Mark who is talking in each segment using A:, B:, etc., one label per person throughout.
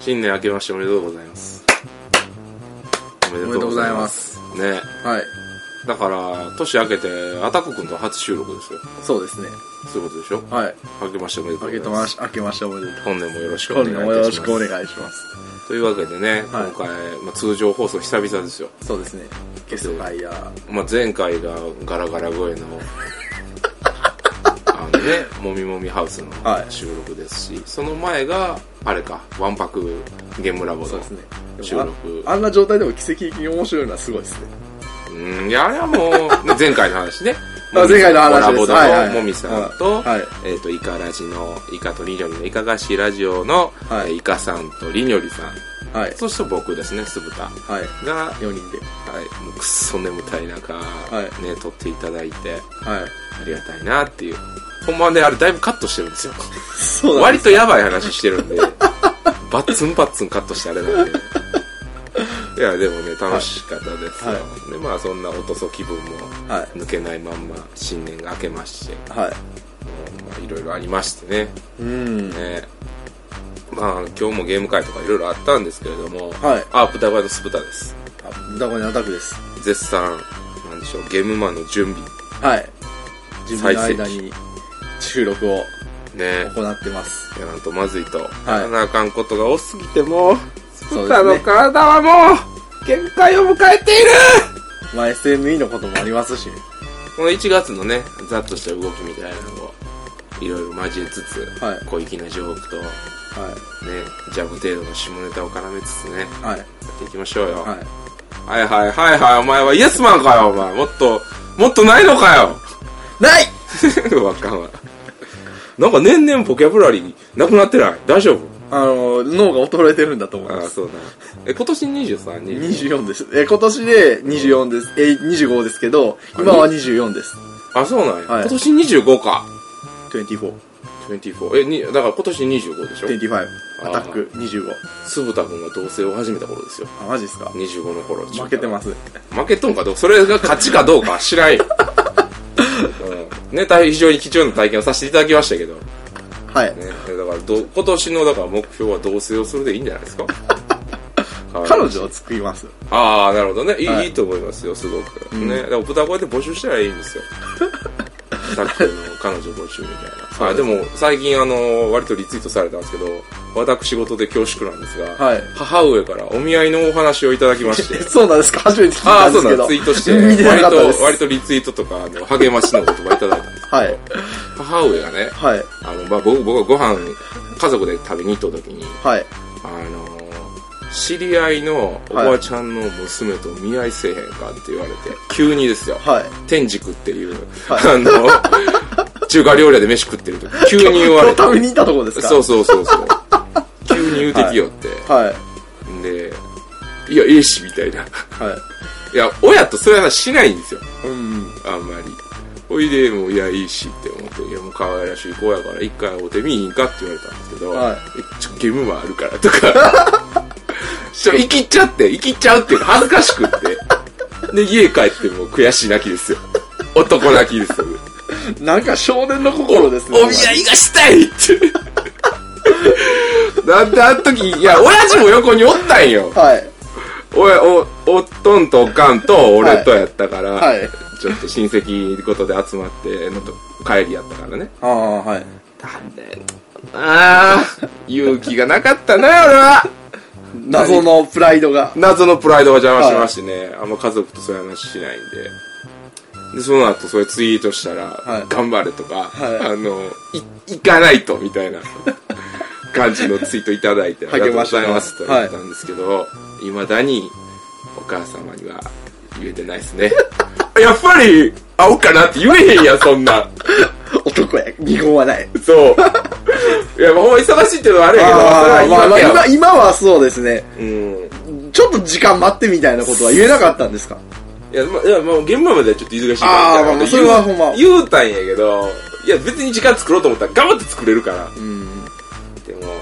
A: 新年明けましておめでとうございます。おめ
B: おめでとうございま。す。
A: ね。
B: はい。
A: だから、年明けて、アタコ君と初収録ですよ。
B: そうですね。
A: そういうことでしょ
B: はい。
A: 明けましておめでと
B: 明
A: う
B: け
A: ござ
B: と
A: いま。
B: ますし、明けましておめでとう。
A: 本年もよろしくお
B: 今
A: 願いい
B: 年
A: たしま
B: も
A: す。
B: よろしくお願いします。
A: というわけでね、
B: はい
A: 今回、まあ、通常放送久々ですよ。
B: そうですね。ゲスト会や、
A: まあ、前回がガラガラ声 のあのねもみもみハウスの
B: はい
A: 収録ですし、その前があれかわんぱくゲームラボの
B: そうですね。
A: 収録
B: ああんな状態でも奇跡的に面白いのはすごいですね。
A: うんいやあれはもう、 ね前回の話ね
B: あ前回の話です
A: コラボの
B: はいはい
A: もみさんと、
B: はい
A: えっ、とイカラジのイカとりにょりのイカがしラジオの、
B: はい
A: えーイカさんとりにょりさん
B: はい。
A: そして僕ですね酢豚
B: はい。
A: が、は
B: 4人で。
A: い、もうくっそ眠たい中、
B: い
A: ね撮っていただいて
B: は
A: あ
B: い。
A: りがたいなっていう。ほんまはね、あれだいぶカットしてるんですよ。
B: そうだね。
A: 割とやばい話してるんで、バッツンバッツンカットしてあれなんで。いや、でもね、楽しかったですよ。
B: は
A: で、まあそんなおとそ気分も
B: は
A: 抜けないまんま、新年が明けまして、
B: い。はい。
A: まあいろいろありましてね。
B: うん。
A: ねまあ今日もゲーム会とかいろいろあったんですけれども、
B: はい
A: あ、豚バイの酢豚です。
B: あ、ダコにアタックです。
A: 絶賛、なんでしょう、ゲームマンの準備。
B: はい。自分の
A: 最
B: 間
A: 盛期
B: に収録を
A: ね
B: 行ってます。
A: やらんとまずいと、
B: い
A: やらなあかんことが多すぎてもう、
B: そう
A: 福
B: です
A: 田
B: ね
A: の体はもう、限界を迎えている
B: まあ SME のこともありますし、
A: この1月のね、ざっとした動きみたいなのを、いろいろ交えつつ、
B: はい
A: 小粋なジョークと、ね、
B: は
A: ジャブ程度の下ネタを絡めつつね、や
B: い。はい。
A: っていきましょうよ。
B: はい。
A: はいはいはいはい、お前はイエスマンかよ、お前。もっと、もっとないのかよ
B: ない
A: わかんわ。なんか年々ボキャブラリーなくなってない大丈夫
B: あの、脳が衰えてるんだと思い
A: あ
B: ま
A: あ、
B: す。
A: そうだ。え、今年23、2
B: 24です。え、今年で24です。え、25ですけど、今は24です。
A: あ、そうなんや。
B: はい
A: 今年25か。
B: 24、
A: 24。え、に、だから今年25でしょ
B: 25、
A: あ
B: ア
A: ー
B: タック25。
A: 酢豚くんが同棲を始めた頃ですよ。
B: あ、マジですか
A: 25の頃。
B: 負けてます。
A: す。負けとんかどうそれが勝ちかどうかは知ら んよ。うん、ね、大変非常に貴重な体験をさせていただきましたけど。ね、
B: はい。
A: だからど、今年の、だから目標は同棲をするでいいんじゃない ですか
B: 彼女を作ります。
A: ああ、なるほどね。いい,、
B: はい
A: い、いと思いますよ、すごく。ね。だから豚声で募集したらいいん ですよ。さっきの彼女募集みたいな。はい、でも最近あの、割とリツイートされたんですけど、私事で恐縮なんですが、
B: はい
A: 母上からお見合いのお話をいただきまし
B: え
A: て、
B: そうなんですか初めて聞い
A: あ
B: た
A: あ、そ
B: んで
A: うな
B: すけ
A: ん
B: ど。
A: ツイートして、
B: 見てな
A: 割
B: かったで
A: と、
B: す。
A: 割とリツイートとか、あの、励ましの言葉いただいたんです。
B: はい。
A: 母上がね、
B: はい。
A: あの、まあ、僕、僕はご飯、家族で食べに行った時に、
B: はい。
A: あのー知り合いのおばちゃんの娘と見合いせえへんかって言われて、急にですよ、
B: はい。
A: 天竺っていう、
B: は
A: あの、中華料理屋で飯食ってる時、 急に言わ
B: 今
A: れ
B: 日
A: て、
B: 食べに行ったとこですか
A: そうそうそう そう、急に言うてきよって、
B: はい。
A: んで、いや、ええし、みたいな。
B: はい
A: や、親とそういう話しないんですよ、
B: い。うん。
A: あんまり。おいで、もう、いや、いいしって思って、いや、もう可愛らしい子やから、一回お手見いいんかって言われたんですけど、
B: はい
A: えちょ、ゲームはあるからとか、 ちょ、生きっちゃって、生きっちゃうっていうか恥ずかしくって。で、家帰っても悔し泣きですよ。男泣きですよ。
B: なんか少年の心ですね。
A: お見合いがしたいって。 なんであの時、いや、親父も横におったんよ。
B: はい。
A: おや、お、おっとんとおかんと俺とやったから、
B: はい。
A: ちょっと親戚ことで集まってのと帰りやったからね。
B: ああ、はい。
A: なんだよ。ああ、勇気がなかったな、俺は。
B: 謎のプライドが。
A: 謎のプライドが邪魔しましてね、あんま家族とそういう話しないんで。で、その後、それツイートしたら、
B: い
A: 頑張れとか、
B: はい
A: あの、い、行かないと、みたいな感じのツイートいただいて、ありがとうございますと言ったんですけど、いまだに、お母様には言えてないですね。 やっぱり、会おうかなって言えへんやん、そんなん。
B: 男や。二言はない。
A: そう。いや、まあ、ほんま忙しいっていうのはあれやけど、
B: ああ、
A: それは
B: まあまあ、
A: 言い訳やわ
B: 今、今はそうですね。
A: うん。
B: ちょっと時間待ってみたいなことは言えなかったんですか
A: いや、まあ、いや、まあ、現場まではちょっと忙しいから。
B: あーまあまあそれ
A: 言う
B: はほんま
A: 言うたんやけど、いや、別に時間作ろうと思ったら頑張って作れるから。
B: うん。
A: でも、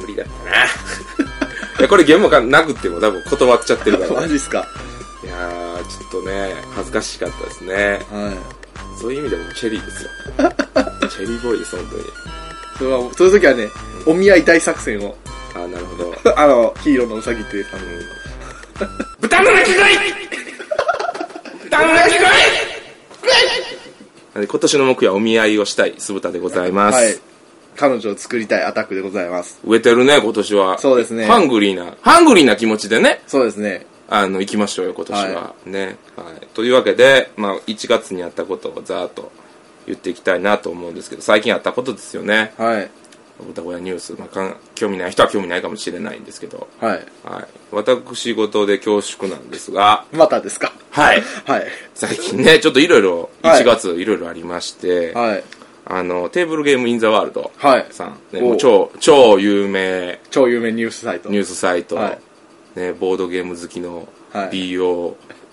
A: 無理だったな。 いや、これ現場がなくても多分断っちゃってるから。
B: マ
A: い
B: ジっすか。
A: やー、ちょっとね、恥ずかしかったですね。
B: はい。
A: そういう意味でもチェリーですよ。チェリーボーイです、本当に。
B: それは、そういう時はね、お見合い大作戦を
A: あなるほど
B: あの、ヒーローのうさぎ亭さんの。
A: 豚の鳴き声豚の鳴き声なんで今年の目標はお見合いをしたい酢豚でございます、
B: はい。彼女を作りたいアタックでございます。
A: 植えてるね今年は
B: そうですね
A: ハングリーなハングリーな気持ちでね
B: そうですね。
A: あの行きましょうよ今年は、ね、はい、というわけで、まあ、1月にあったことをざーっと言っていきたいなと思うんですけど最近あったことですよね
B: はい。
A: 豚小屋ニュース、まあかん、興味ない人は興味ないかもしれないんですけど、
B: はい。
A: はい、私事で恐縮なんですが
B: またですか
A: はい
B: はい。
A: 最近ねちょっといろいろ
B: はい
A: 1月いろいろありまして、
B: はい。
A: あのテーブルゲームインザワールド
B: はい。
A: さん、ね
B: おう
A: もう超超有名
B: 超有名ニュースサイト。
A: ニュースサイト、
B: はい
A: ね、ボードゲーム好きの
B: はい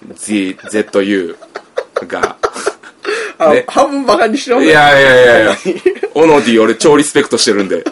A: BOZZU が、
B: あ
A: ね
B: 半分バカにしてま
A: い
B: すね。
A: やいやいや いや、オノディ俺超リスペクトしてるんで、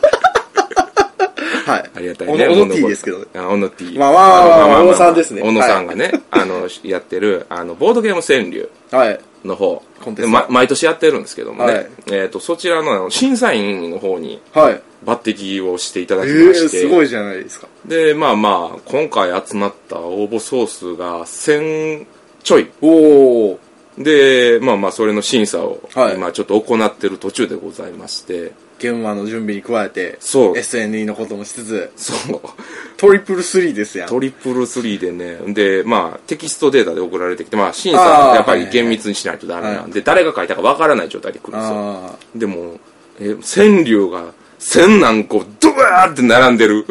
B: はい。
A: ありがたいね。
B: オノ
A: この
B: T ですけどね。
A: あオノティ。
B: まあまあまあまあ小野さんですね
A: 小野さんがね、あの、やってる、あの、ボードゲーム川柳
B: はい。
A: の方、
B: コンテスト
A: ま毎年やってるんですけどもね、
B: はい
A: えっ、と、そちらのあの審査員の方に
B: はい。
A: 抜擢をしていただ
B: え
A: き
B: え
A: ま
B: ー、
A: して、
B: すごいじゃないですか。
A: で、まあまあ、今回集まった応募総数が1000ちょい。
B: おー。
A: で、まあまあ、それの審査を
B: はい
A: 今ちょっと行ってる途中でございまして、
B: 現場の準備に加えて、
A: そう
B: SNE のこともしつつ、
A: そう、
B: トリプルスリーですやん。
A: トリプルスリーでね、で、まあ、テキストデータで送られてきて、まあ、審査
B: あ
A: は
B: ー
A: やっぱり
B: はい
A: 厳密にしないとダメなんで、誰が書いたかわからない状態で来るんですよ。
B: あ
A: でも、え、川柳が1000何個、ドワーって並んでる、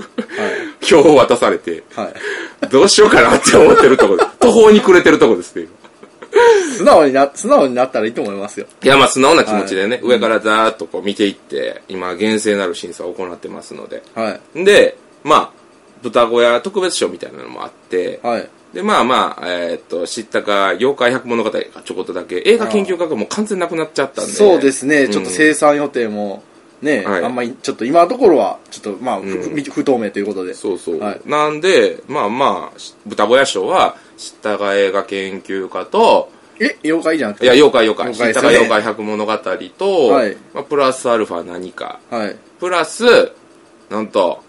A: 表を渡されて、
B: あ。はい。
A: どうしようかなって思ってるとこ です。途方に暮れてるとこですね。
B: 素直にな、素直になったらいいと思いますよ。
A: いや、まあ、素直な気持ちでね、上からざーっとこう見ていって、今、厳正なる審査を行ってますので。
B: はい。
A: で、まあ、豚小屋特別賞みたいなのもあって、
B: はい。
A: で、まあまあ、えーっと、知ったか、妖怪百物語がちょこっとだけ、映画研究家がもう完全なくなっちゃったんで。
B: そうですね、ちょっと
A: うん
B: 生産予定もね、
A: はい
B: あんまり、ちょっと今のところは、ちょっとまあ、ふ
A: うん
B: 不透明ということで。
A: そうそう。
B: はい
A: なんで、まあまあ、し豚小屋賞は、知ったか映画研究家と、
B: え、妖怪じゃなく
A: い
B: て
A: や、妖怪妖怪、
B: 妖
A: 知
B: 怪
A: っ
B: で
A: た
B: す
A: か
B: よね
A: 妖怪百物語と、
B: はい
A: まあ、プラスアルファ何か、
B: はい。
A: プラス、なんと、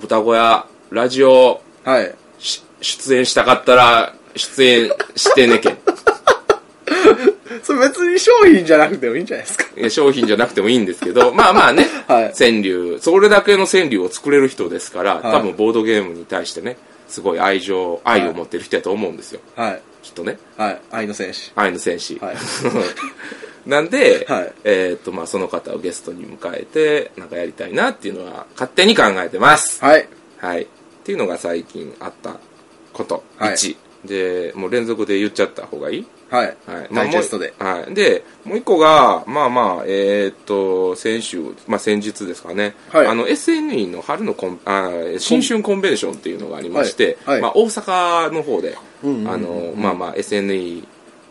A: 豚小屋、ラジオ、
B: はい。
A: し出演したかったら、出演してねけん。
B: それ別に商品じゃなくてもいいんじゃないですか。
A: いや商品じゃなくてもいいんですけど、まあまあね、
B: はい
A: 川柳、それだけの川柳を作れる人ですから、
B: はい
A: 多分ボードゲームに対してね、すごい愛情、愛を持ってる人やと思うんですよ。
B: はい。
A: きっとね、
B: はい。愛の戦士。
A: 愛の戦士。
B: はい
A: なんで、
B: はい
A: えーっと、まあその方をゲストに迎えて、なんかやりたいなっていうのは勝手に考えてます。
B: はい。
A: はい。っていうのが最近あったこと。
B: はい
A: 1。で、もう連続で言っちゃった方がいい
B: はい。
A: はい、
B: ダイジェストで。
A: まあもうはい。で、もう一個が、まあまあ、えーっと、先週、まあ先日ですかね。
B: はい
A: あの、SNE の春のコン、あー新春コンベンションっていうのがありまして、
B: はいはい
A: まあ大阪の方で、
B: うんうんうんうん
A: あの、まあまあ SNE、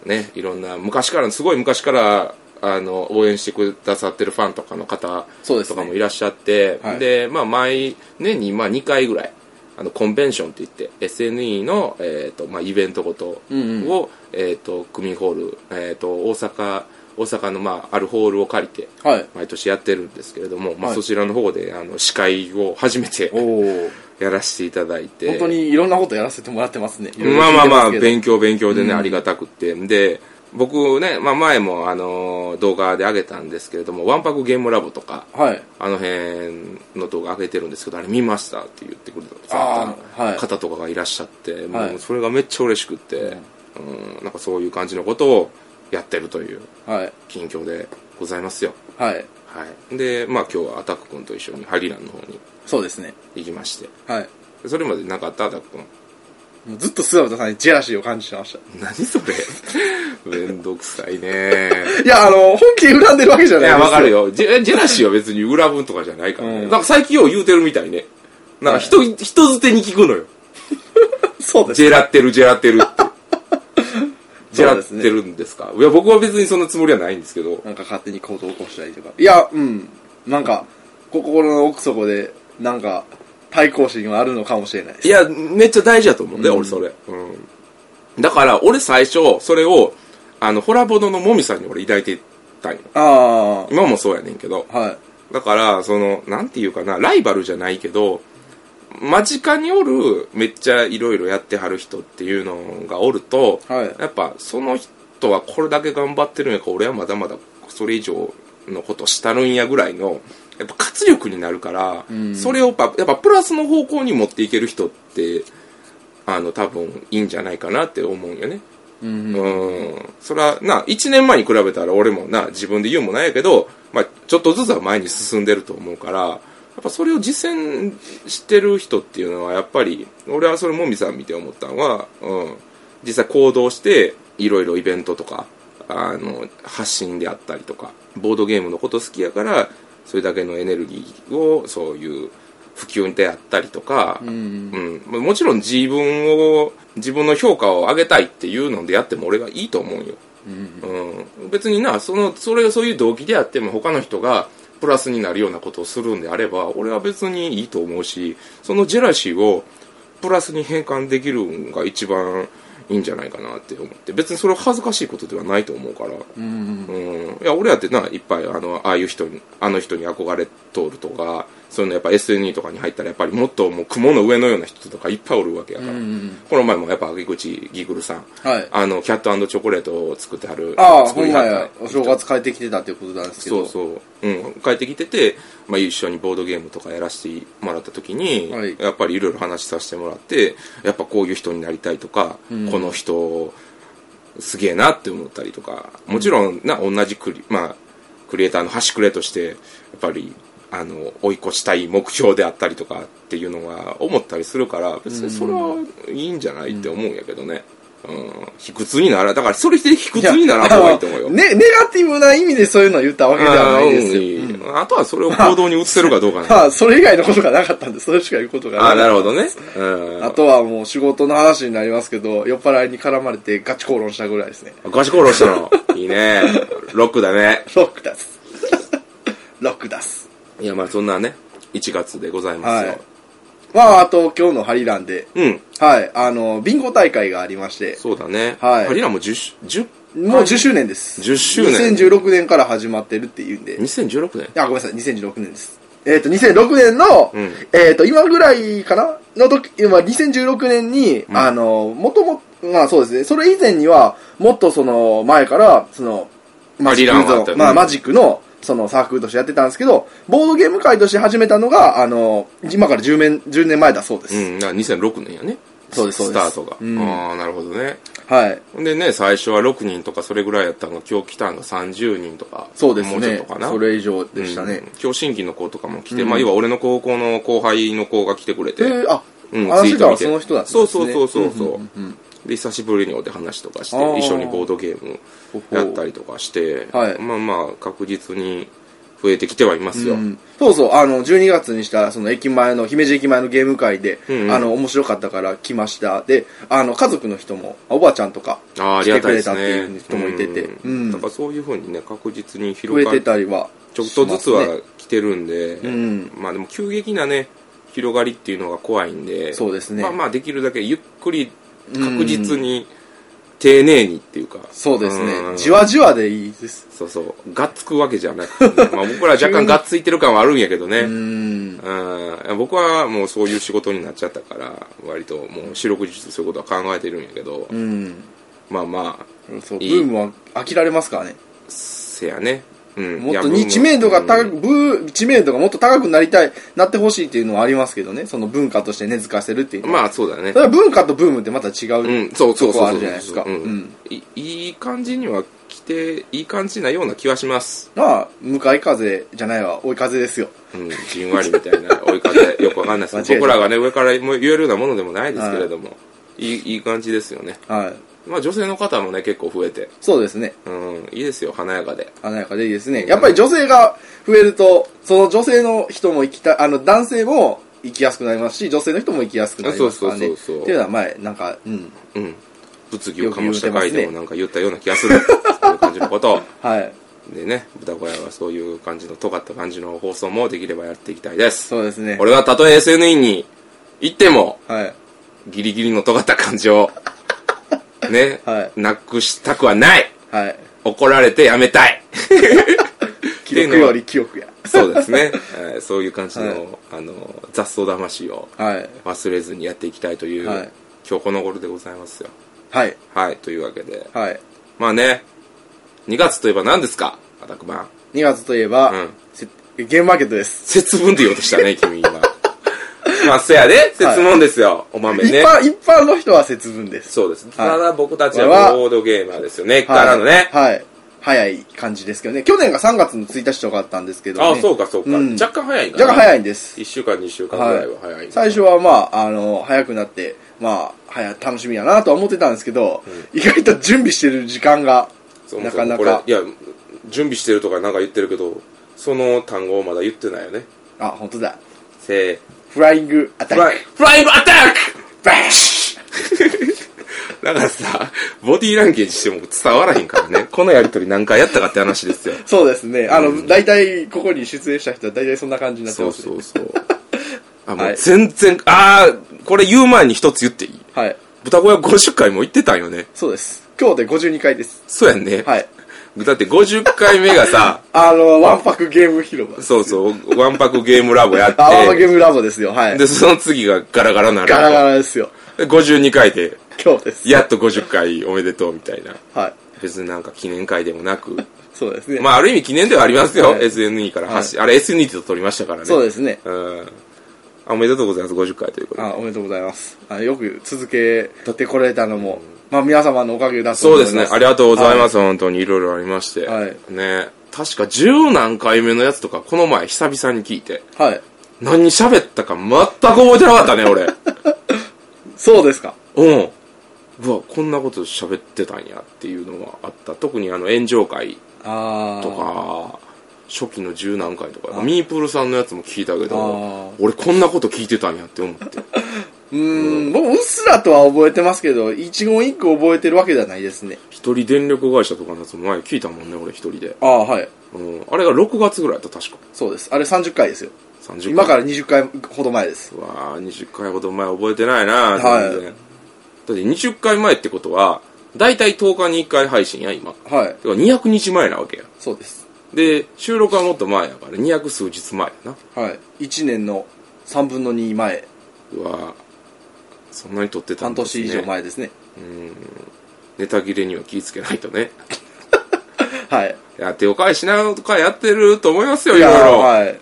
A: ね、いろんな昔から、すごい昔から、あの、応援してくださってるファンとかの方
B: そうです
A: と
B: ね
A: かもいらっしゃって、
B: はい
A: で、まあ毎年に、まあ2回ぐらい、あの、コンベンションって言って、SNE の、えーっと、まあイベントごと、
B: うんうん
A: を、えー、と組ホール、えー、と大阪大阪の、まあ、あるホールを借りて
B: はい。
A: 毎年やってるんですけれども、まあ、
B: はい
A: そちらの方であの司会を初めて
B: おお。
A: やらせていただいて
B: 本当にいろんなことやらせてもらってますね。いろいろ
A: まあまあまあ
B: 聞いて
A: 勉強勉強でね、ありがたくってで僕ね、まあ、前も、あの動画で上げたんですけれども「わんぱくゲームラボ」とか
B: ますけどはい。
A: あの辺の動画上げてるんですけどあれ見ましたって言ってくれ
B: あーは
A: た
B: い
A: 方とかがいらっしゃって、
B: は
A: もう
B: い
A: それがめっちゃ嬉しくって、うん、なんかそういう感じのことをやってるという
B: はい。
A: 近況でございますよ
B: はい。
A: はいでまあ今日はアタック君と一緒にハリランの方に
B: そうですね。
A: 行きまして
B: はい。
A: それまでなかったアタック君
B: もうずっと菅田さんにジェラシーを感じてました。
A: 何それ めんどくさいね
B: いや、あの、本気で恨んでるわけじゃ
A: い
B: ない
A: やわかる
B: よ。
A: よジェジェラシーは別に裏分とかじゃないからね、
B: うん
A: なんか最近よう言うてるみたいねなんか人,、人づてに聞くのよ
B: そうです。
A: ジェラってる、ジェラってるって。ジェ
B: そ
A: ラ
B: う
A: っ
B: ですね
A: てるんですかいや、僕は別にそんなつもりはないんですけど。
B: なんか勝手に行動を起こしたりとか。いや、うん。なんか、心の奥底で、なんか、対抗心があるのかもしれないです。
A: いや、めっちゃ大事だと思うんだよ、俺それ。うん。だから、俺最初、それを、あの、ホラボドのもみさんに俺抱いてたんよ。
B: あ
A: 今もそうやねんけど。
B: あ、はい。
A: だから、その、なんていうかな、ライバルじゃないけど、間近におるめっちゃいろいろやってはる人っていうのがおると、
B: はい
A: やっぱその人はこれだけ頑張ってるんやから俺はまだまだそれ以上のことしたるんやぐらいのやっぱ活力になるから、
B: ん
A: それをパやっぱプラスの方向に持っていける人ってあの多分いいんじゃないかなって思うんよね。
B: うんうん
A: うん、それはな、1年前に比べたら俺もな、自分で言うもないやけど、まあ、ちょっとずつは前に進んでると思うから、やっぱそれを実践してる人っていうのは、やっぱり、俺はそれもみさん見て思ったのは、うん、実際行動して、いろいろイベントとか、あの、発信であったりとか、ボードゲームのこと好きやから、それだけのエネルギーを、そういう、普及であったりとか、
B: うん
A: うん、まあもちろん自分を自分の評価を上げたいっていうのであっても俺がいいと思うよ、
B: うん
A: うん、別になそのそれがそういう動機であっても他の人がプラスになるようなことをするんであれば俺は別にいいと思うしそのジェラシーをプラスに変換できるのが一番いいんじゃないかなって思って別にそれは恥ずかしいことではないと思うから、
B: うん
A: うん、いや俺だってないっぱいあのああいう人にあの人に憧れとるとかそういうのやっぱ SNE とかに入ったらやっぱりもっともう雲の上のような人とかいっぱいおるわけやから、
B: うん
A: この前もやっぱ秋口ギグルさん
B: はい
A: あのキャットチョコレートを作ってはる
B: ああ
A: 作
B: ほ
A: り
B: ん
A: は
B: ま
A: った
B: やお正月帰ってきてたっていうことなんですけ
A: そ
B: ど
A: うそう、うん、帰ってきてて、まあ、一緒にボードゲームとかやらせてもらった時に、
B: はい
A: やっぱりいろいろ話させてもらってやっぱこういう人になりたいとか、
B: うん
A: この人すげえなって思ったりとかもちろんな同じクリ,、まあ、クリエイターの端くれとしてやっぱりあの追い越したい目標であったりとかっていうのが思ったりするから別にそれはいいんじゃないって思うんやけどね、うん、卑屈にならだからそれで卑屈にならん方がいいと思うよ
B: ね、ネガティブな意味でそういうのを言ったわけではないですよ。
A: あーうんあとはそれを行動に移せるかどうかね。
B: まあ、それ以外のことがなかったんで、それしか言うことが
A: あ
B: な
A: あ、な
B: い。
A: るほどね。うん
B: あとはもう仕事の話になりますけど、酔っ払いに絡まれてガチ口論したぐらいですね。
A: ガチコロした の。いいね。ロックだね。
B: ロック出 す。ロック出す。
A: いや、まあそんなね、1月でございますよ。
B: はいまあ、あと今日のハリランで、
A: うん、
B: はい、あの、ビンゴ大会がありまして、
A: そうだね。
B: はい
A: ハリラも10、10、
B: もう10周年です。
A: 10周年
B: 2016年から始まってるっていうんで、
A: 2016年
B: あ、ごめんなさい、2016年です。えっ、と、2006年の、
A: うん
B: えっ、と、今ぐらいかなの時、今、2016年に、
A: ん
B: あの、もとも、まあそうですね、それ以前には、もっとその、前から、その、マジッ
A: リランはあった
B: クの、
A: よね
B: まあ、マジックの、そのサークルとしてやってたんですけど、ボードゲーム会として始めたのが、あの、今から10年、10年前だそうです。
A: うん、だから2006年やね。
B: そうですそう
A: ス
B: で
A: タ
B: す
A: ートが。
B: うん
A: ああ、なるほどね。
B: はい。
A: でね、最初は6人とかそれぐらいやったのが、今日来たのが30人とか。
B: そうですね。
A: もうちょっとかな。
B: それ以上でした
A: うん
B: ね。
A: 今日新規の子とかも来て、まあ要は俺の高校の後輩の子が来てくれて。
B: えー、あ、
A: うん
B: あの
A: ツイー
B: 人
A: ト見
B: は
A: て
B: その人だったん
A: そう
B: です
A: そ
B: ね。
A: うそうそうそ
B: んんんん
A: うで久しぶりにお手話とかして
B: あー
A: 一緒にボードゲームやったりとかして、
B: はい
A: まあまあ確実に増えてきてはいますよ、
B: うんそうそう、あの、12月にした、その駅前の、姫路駅前のゲーム会で、
A: んうん
B: あの、面白かったから来ました。で、あの、家族の人も、おばあちゃんとか、
A: あああ
B: 来
A: りが
B: てく
A: たい
B: れ
A: で
B: た
A: す
B: って
A: ね
B: いう人もいてて、
A: う
B: うんん、
A: だからそういうふうにね確実に
B: 増
A: 広
B: え
A: がって
B: たりは、
A: ちょっとずつは来てるんで、
B: うん
A: まあでも急激なね広がりっていうのが怖いんで
B: そうですね
A: まあまあできるだけゆっくり確実に、丁寧にっていうか
B: そうです
A: う
B: ね。
A: ん
B: じわじわでいいです。
A: そうそう。がっつくわけじゃなく て、ね、まあ僕ら若干がっついてる感はあるんやけどね。う
B: うんん。
A: 僕はもうそういう仕事になっちゃったから、割ともう四六時中そういうことは考えてるんやけど、
B: うん。
A: まあまあ、
B: そう、ブ
A: いい
B: ームは飽きられますからね。
A: せやね。うん。
B: もっ
A: いや
B: とに知名度が高く、
A: うん
B: ブー知名度がもっと高くなりたい、なってほしいっていうのはありますけどね。その文化として根付かせるっていうのは。
A: まあそうだね
B: そ。れは文化とブームってまた違う。
A: うん、そうそうそ
B: と
A: う
B: こ
A: そ
B: あ
A: う
B: るじゃないですか
A: うん
B: うん
A: いいい感じには来て、いい感じなような気はします。
B: まあ、向かい風じゃないわ、追い風ですよ。
A: うん、じんわりみたい な追い風、よくわかんないですけど、
B: 間違えた
A: 僕らがね、上から言えるようなものでもないですけれども、いい、いい感じですよね。
B: はい。
A: まあ女性の方もね、結構増えて、
B: そうですね。
A: うん、いいですよ、華やかで。
B: 華やかでいいですね。やっぱり女性が増えると、その女性の人も行きた、あの、男性も行きやすくなりますし、女性の人も行きやすくなりますからね。
A: そうそうそうそう
B: っていうのは前、なんか、うん。
A: うん。物議を醸した回で
B: よ
A: も
B: く言うてますね
A: なんか言ったような気がす る。そういう感じのこと。
B: はい。
A: でね、豚小屋はそういう感じの尖った感じの放送もできればやっていきたいです。
B: そうですね。
A: 俺はたとえ SNE に行っても、
B: はい。
A: ギリギリの尖った感じを、ね、
B: は
A: なくしたくはない
B: はい。
A: 怒られてやめたいってていう
B: 欲
A: のは
B: より記憶や。
A: そうです ね、えーそういう感じの,、
B: はい
A: あの雑草魂を
B: はい。
A: 忘れずにやっていきたいという、
B: はい
A: 今日この頃でございますよ
B: はい。
A: はいというわけで
B: はい。
A: まあね2月といえば何ですかアタクマン
B: 2月といえば、
A: うん
B: せゲームマーケットです。
A: 節分って言おうとした ね君今まあせやで節分ですよ、お豆
B: 一
A: ね
B: 般、一般の人は節分です。
A: そうです、
B: はい
A: ただ僕たち
B: これ
A: は
B: は
A: ボードゲーマーですよね、
B: はい
A: からのね、
B: はい。早い感じですけどね。去年が3月の1日とかあったんですけど、ね。
A: ああそうかそうか、
B: うん
A: 若干早いな
B: 若干早いんです。
A: 1週間2週間ぐらいは早い、
B: 最初はまあ、あの、早くなって、まあ、早、楽しみやなとは思ってたんですけど、意外と準備してる時間が、
A: そも
B: な
A: そ
B: か
A: も
B: な
A: これ
B: か
A: い。や準備してるとかなんか言ってるけどその単語をまだ言ってないよね
B: あ、本当だ。
A: せー
B: フライングアタ
A: フ
B: ック
A: ライ。フライングアタックバシッ だからさボディーランゲージしても伝わらへんから ねこのやりとり何回やったかって話ですよ
B: そうですね。あの、大体、ここに出演した人は大体そんな感じになって
A: そう
B: ますね。
A: そうそう あも
B: は
A: う
B: い
A: 全然、ああこれ言う前に一つ言っていい
B: はい。
A: 豚小屋50回も言ってたんよね
B: そうです。今日で52回です。
A: そうやんね、
B: はい。
A: だって50回目が さ
B: あの、ワンパクゲーム広場。
A: そうそうわんぱくゲームラボやって
B: あ、ワンパクゲームラボですよ。はい。
A: で、その次がガラガラなる。
B: ガラガラですよ。
A: で52回で、
B: 今日です。
A: やっと50回おめでとうみたいな。
B: はい。
A: 別になんか記念会でもなく。
B: そうですね。
A: まあ、ある意味記念ではありますよ。
B: はい
A: SNE から発信。あれ SNE と撮りましたからね。
B: そう
A: す。
B: ですね。
A: うん。あおめでとうございます、50回ということで。
B: あおめでとうございますあ。よく続けてこれたのも、まあ皆様のおかげだと
A: そう
B: 思い
A: で
B: ます。。
A: すね。ありがとうございますす。本当にいろいろありまして。
B: はい
A: ね確か十何回目のやつとか、この前久々に聞いて。
B: はい。
A: 何喋ったか全く覚えてなかったね、 俺。
B: そうですか。
A: うん。うわ、こんなこと喋ってたんやっていうのはあった。特にあの、炎上会
B: ああ。
A: とか、初期の十何回とか、ミープルさんのやつも聞いたけ
B: あ
A: ど
B: ー、
A: 俺こんなこと聞いてたんやって思って。
B: うーん、僕うっすらとは覚えてますけど、一言一句覚えてるわけではないですね。
A: 一人電力会社とかのやつも前聞いたもんね、俺一人で。
B: ああ、はい。
A: うん。あれが6月ぐらいだった、確か。
B: そうです。あれ30回ですよ。
A: 30回。
B: 今から20回ほど前です。
A: うわー20回ほど前覚えてないな
B: はい
A: 全然だって20回前ってことは、だいたい10日に1回配信や、今。だか
B: はい。
A: ら200日前なわけや。
B: そうです。
A: で、収録はもっと前やから、200数日前やな。
B: はい。1年の3分の2前、
A: うわそんなに撮ってた
B: 半
A: んです、ね、
B: 年以上前ですね。
A: ネタ切れには気ぃつけないとね。
B: はい。
A: いや、手を返しなとかやってると思いますよ、
B: い
A: いろいろ。
B: はい。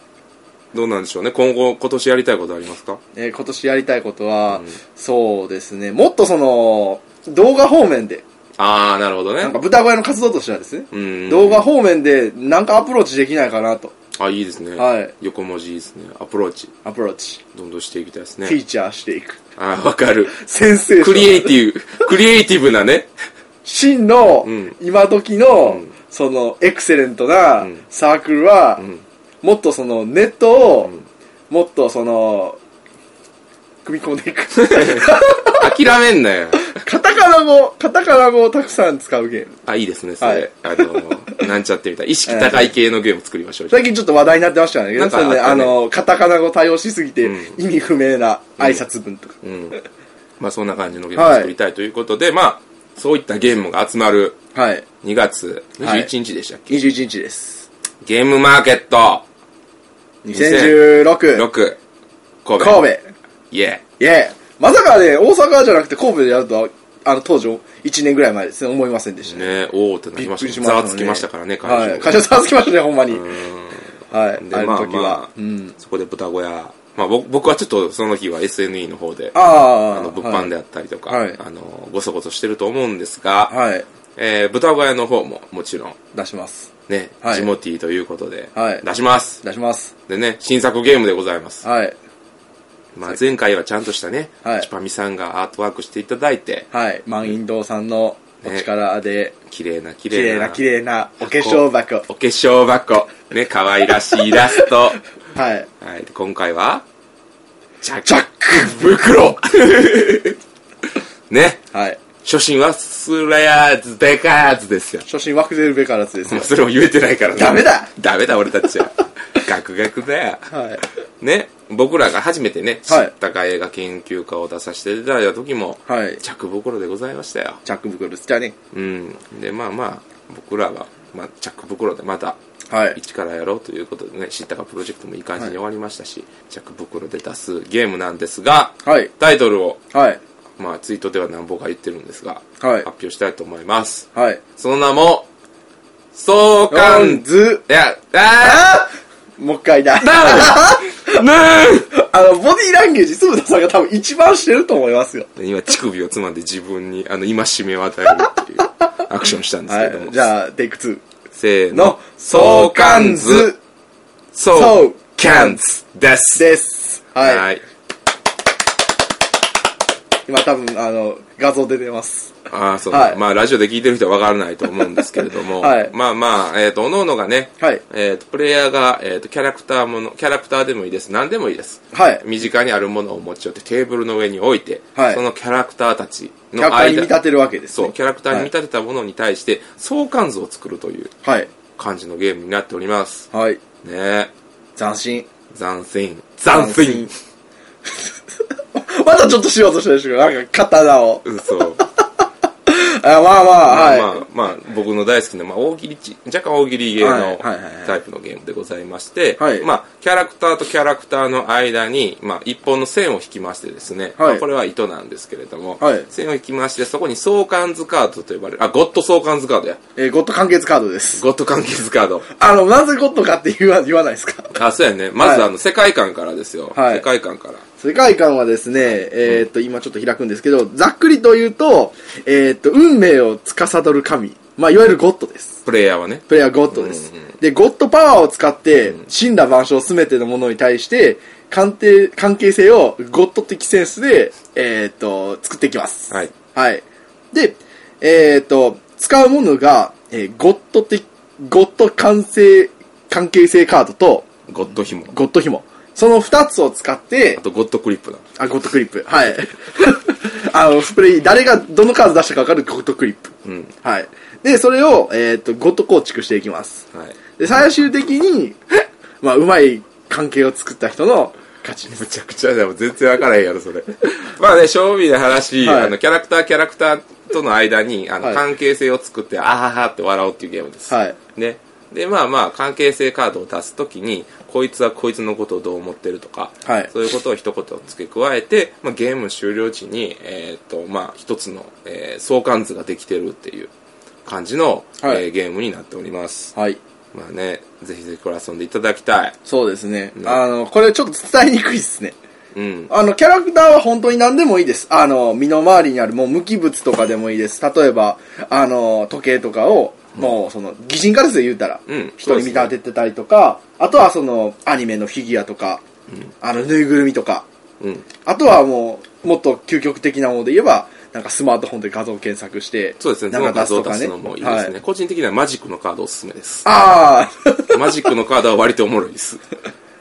A: どうなんでしょうね。今後、今年やりたいことありますか
B: えー今年やりたいことは、そうですね。もっとその、動画方面で、
A: ああ、なるほどね。
B: なんか豚小屋の活動としてはですね、
A: うん。
B: 動画方面でなんかアプローチできないかなと、
A: あ、いいですね。
B: はい
A: 横文字いいですね。アプローチ。
B: アプローチ、
A: どんどんしていきたいです
B: フィ
A: ね。
B: ーチャーしていく。
A: あーわかる。
B: 先生
A: クリエイティブ、クリエイティブな ね。
B: 真の
A: ん、
B: 今時の、その、エクセレントなんサークルは、もっとその、ネットを、もっとその、組み込んでいく。
A: 諦めんなよ。
B: カタカナ語、カタカナ語をたくさん使うゲーム。
A: あ、いいですね、それ。あの、なんちゃってみたい。意識高い系のゲーム作りましょう。
B: 最近ちょっと話題になってましたよね。
A: なんか
B: そのね
A: あった
B: あ
A: ね
B: の、カタカナ語対応しすぎて、
A: う
B: 意味不明な挨拶文とか。
A: うん。まあ、そんな感じのゲームを作りたいということで、まあ、そういったゲームが集まる
B: はい。
A: 2月21日でしたっけ、
B: 21日です。
A: ゲームマーケット
B: 2016、
A: 6神戸
B: 神戸。
A: イエ
B: イェイまさかね、大阪じゃなくて神戸でやるとは、あの、当時、1年ぐらい前ですね、思いませんでした
A: ー
B: ね。
A: ねおおってな
B: び
A: り
B: っ
A: ま
B: く
A: し
B: り
A: た
B: し
A: ね
B: まし
A: ざ
B: た、ね。
A: わつきましたからね会場
B: はい。会場ざわつきましたね、ほんまに。はい。あ
A: でま
B: の
A: あ
B: 時は。
A: まあ、
B: うん。
A: そこで豚小屋、まあ、僕僕はちょっとその日は SNE の方で
B: あ
A: あ
B: あ、
A: の物販であったりとか、
B: はい
A: あのごそごそしてると思うんですが、
B: はい。はい。
A: えー豚小屋の方ももちろん
B: 出します。
A: ね、
B: はい
A: ジモティーということで、
B: はい
A: 出します
B: 出します。
A: でね新作ゲームでございます、
B: はい。
A: まあ、前回はちゃんとしたね、
B: はい
A: チュパミさんがアートワークしていただいて
B: はい。満員堂さんのお力で、
A: 綺麗な綺
B: 綺
A: 麗
B: 麗
A: な
B: な綺麗なお化粧箱。
A: お化粧箱。ね、可愛らしいイラスト。
B: はい。
A: はい、で今回は、ジャッ
B: ジャッ
A: ク袋 ね、
B: はい。
A: 初心はスラヤーズデカーズですよ。
B: 初心枠ゼルベからずです
A: も
B: よ
A: う。それも言えてないからね
B: ダメだ
A: ダメだ、俺たちは。 ガクガクだよ。
B: はい。
A: ね、僕らが初めてね、知
B: はい
A: ったか映画研究家を出させていただいた時も、
B: はい。
A: ジャック袋でございましたよ。
B: チャック袋です。じゃあね。
A: うん。で、まあまあ、僕らは、まあ、ジャック袋でまた、
B: はい
A: 一からやろうということでね、知ったかプロジェクトもいい感じに終わりましたし、着袋で出すゲームなんですが、
B: はい
A: タイトルを、
B: はい
A: まあ、ツイートでは何本か言ってるんですが、
B: はい
A: 発表したいと思います。
B: はい
A: その名も、相関図
B: ず
A: いや、あ
B: もう一回だ
A: ーな
B: あのボディーランゲージ粒田さんが多分一番してると思いますよ
A: ん今、乳首をつまんで自分に、あの、今しめを与えるっていうアクションしたんです
B: は
A: けども。
B: いじゃあテイク2
A: せーの
B: の、相関図
A: 相関図です。
B: ですはい、
A: はい。
B: 今多分あの画像で出てます
A: ああ、そう、
B: はい
A: まあ、ラジオで聞いてる人は分からないと思うんですけれども、
B: はい
A: まあまあ、えっ、と、おののがね、
B: はい
A: えっ、と、プレイヤーが、えっ、と、キャラクターもの、キャラクターでもいいです。何でもいいです。
B: はい
A: 身近にあるものを持ち寄ってテーブルの上に置いて、
B: はい
A: そのキャラクターたち
B: キャ
A: の
B: ラクターに見
A: 間
B: 立てるわけです、ね、
A: そうキャラクターに見立てたものに対して相関図を作るという
B: はい
A: 感じのゲームになっております
B: はい、はい、
A: ねえ
B: 斬 新
A: 斬新斬新
B: またちょっとしようとしてるでしょなんか刀を
A: うんそう
B: あまあまあはい、
A: まあまあ僕の大好きな、まあ、大喜利ち若干大喜利ゲーの
B: はいはいはいはい
A: タイプのゲームでございまして、
B: はい
A: まあ、キャラクターとキャラクターの間に、まあ、一本の線を引きましてですね、
B: はい
A: まあこれは糸なんですけれども、
B: はい
A: 線を引きましてそこに相関図カードと呼ばれるあゴッド相関図カードや
B: えーゴッド完結カードです
A: ゴッド関係図カー ド
B: あのなぜゴッドかって言わ言わないですか
A: あそうやねまず、
B: はい
A: あの世界観からですよ、
B: はい
A: 世界観から
B: 世界観はですね、えーっと、今ちょっと開くんですけど、ざっくりと言うと、えーっと、運命を司る神。まあ、いわゆるゴッドです。
A: プレイヤーはね
B: プレイヤーゴッドです。で、ゴッドパワーを使って、死んだ万象すべてのものに対して、関係、関係性をゴッド的センスで、えーっと、作っていきます。
A: はい。
B: はい。で、えーっと、使うものが、えーゴッド的、ゴッド関係、関係性カードと、
A: ゴッド紐
B: ゴッド紐。その二つを使って
A: あ、とゴッドクリップだ
B: あ、ゴッドクリップ。はい。 あの、プレイ、誰がどの数出したか分かるゴッドクリップ。
A: うん
B: はい。で、それを、えっ、と、ゴッド構築していきます。
A: はい
B: で、最終的に、まあ、うまい関係を作った人の勝ちです。
A: むちゃくちゃだもん全然わからへんやろ それまあね正味の話、
B: はい
A: あのキャラクターキャラクターとの間にあの、
B: はい
A: 関係性を作ってあははって笑おうっていうゲームです、
B: はい。
A: ねでまあまあ関係性カードを出すときにこいつはこいつのことをどう思ってるとか、
B: はい
A: そういうことを一言付け加えて、まあ、ゲーム終了時に、えーっとまあ、一つの、えー相関図ができてるっていう感じの、
B: はい
A: えーゲームになっております
B: はい。
A: まあねぜひぜひこれ遊んでいただきたい
B: そうですね。
A: ん
B: あの、これちょっと伝えにくいですね。
A: うん
B: あの、キャラクターは本当に何でもいいです。あの、身の回りにあるもう無機物とかでもいいです。例えば、あの、時計とかを、もう、その、擬人化ですよ、言うたら。
A: うん
B: 人に見立ててたりとか、あとはその、アニメのフィギュアとか、あの、ぬいぐるみとか、
A: うん
B: あとはもう、もっと究極的なもので言えば、なんかスマートフォンで画像検索して、
A: そうですね、
B: な
A: そ
B: ん
A: の
B: か
A: 画
B: 出
A: 像
B: す
A: を出
B: とか
A: す
B: ね。
A: のもいいですね、
B: はい、
A: 個人的にはマジックのカードおすすめです。
B: ああ
A: マジックのカードは割とおもろい です。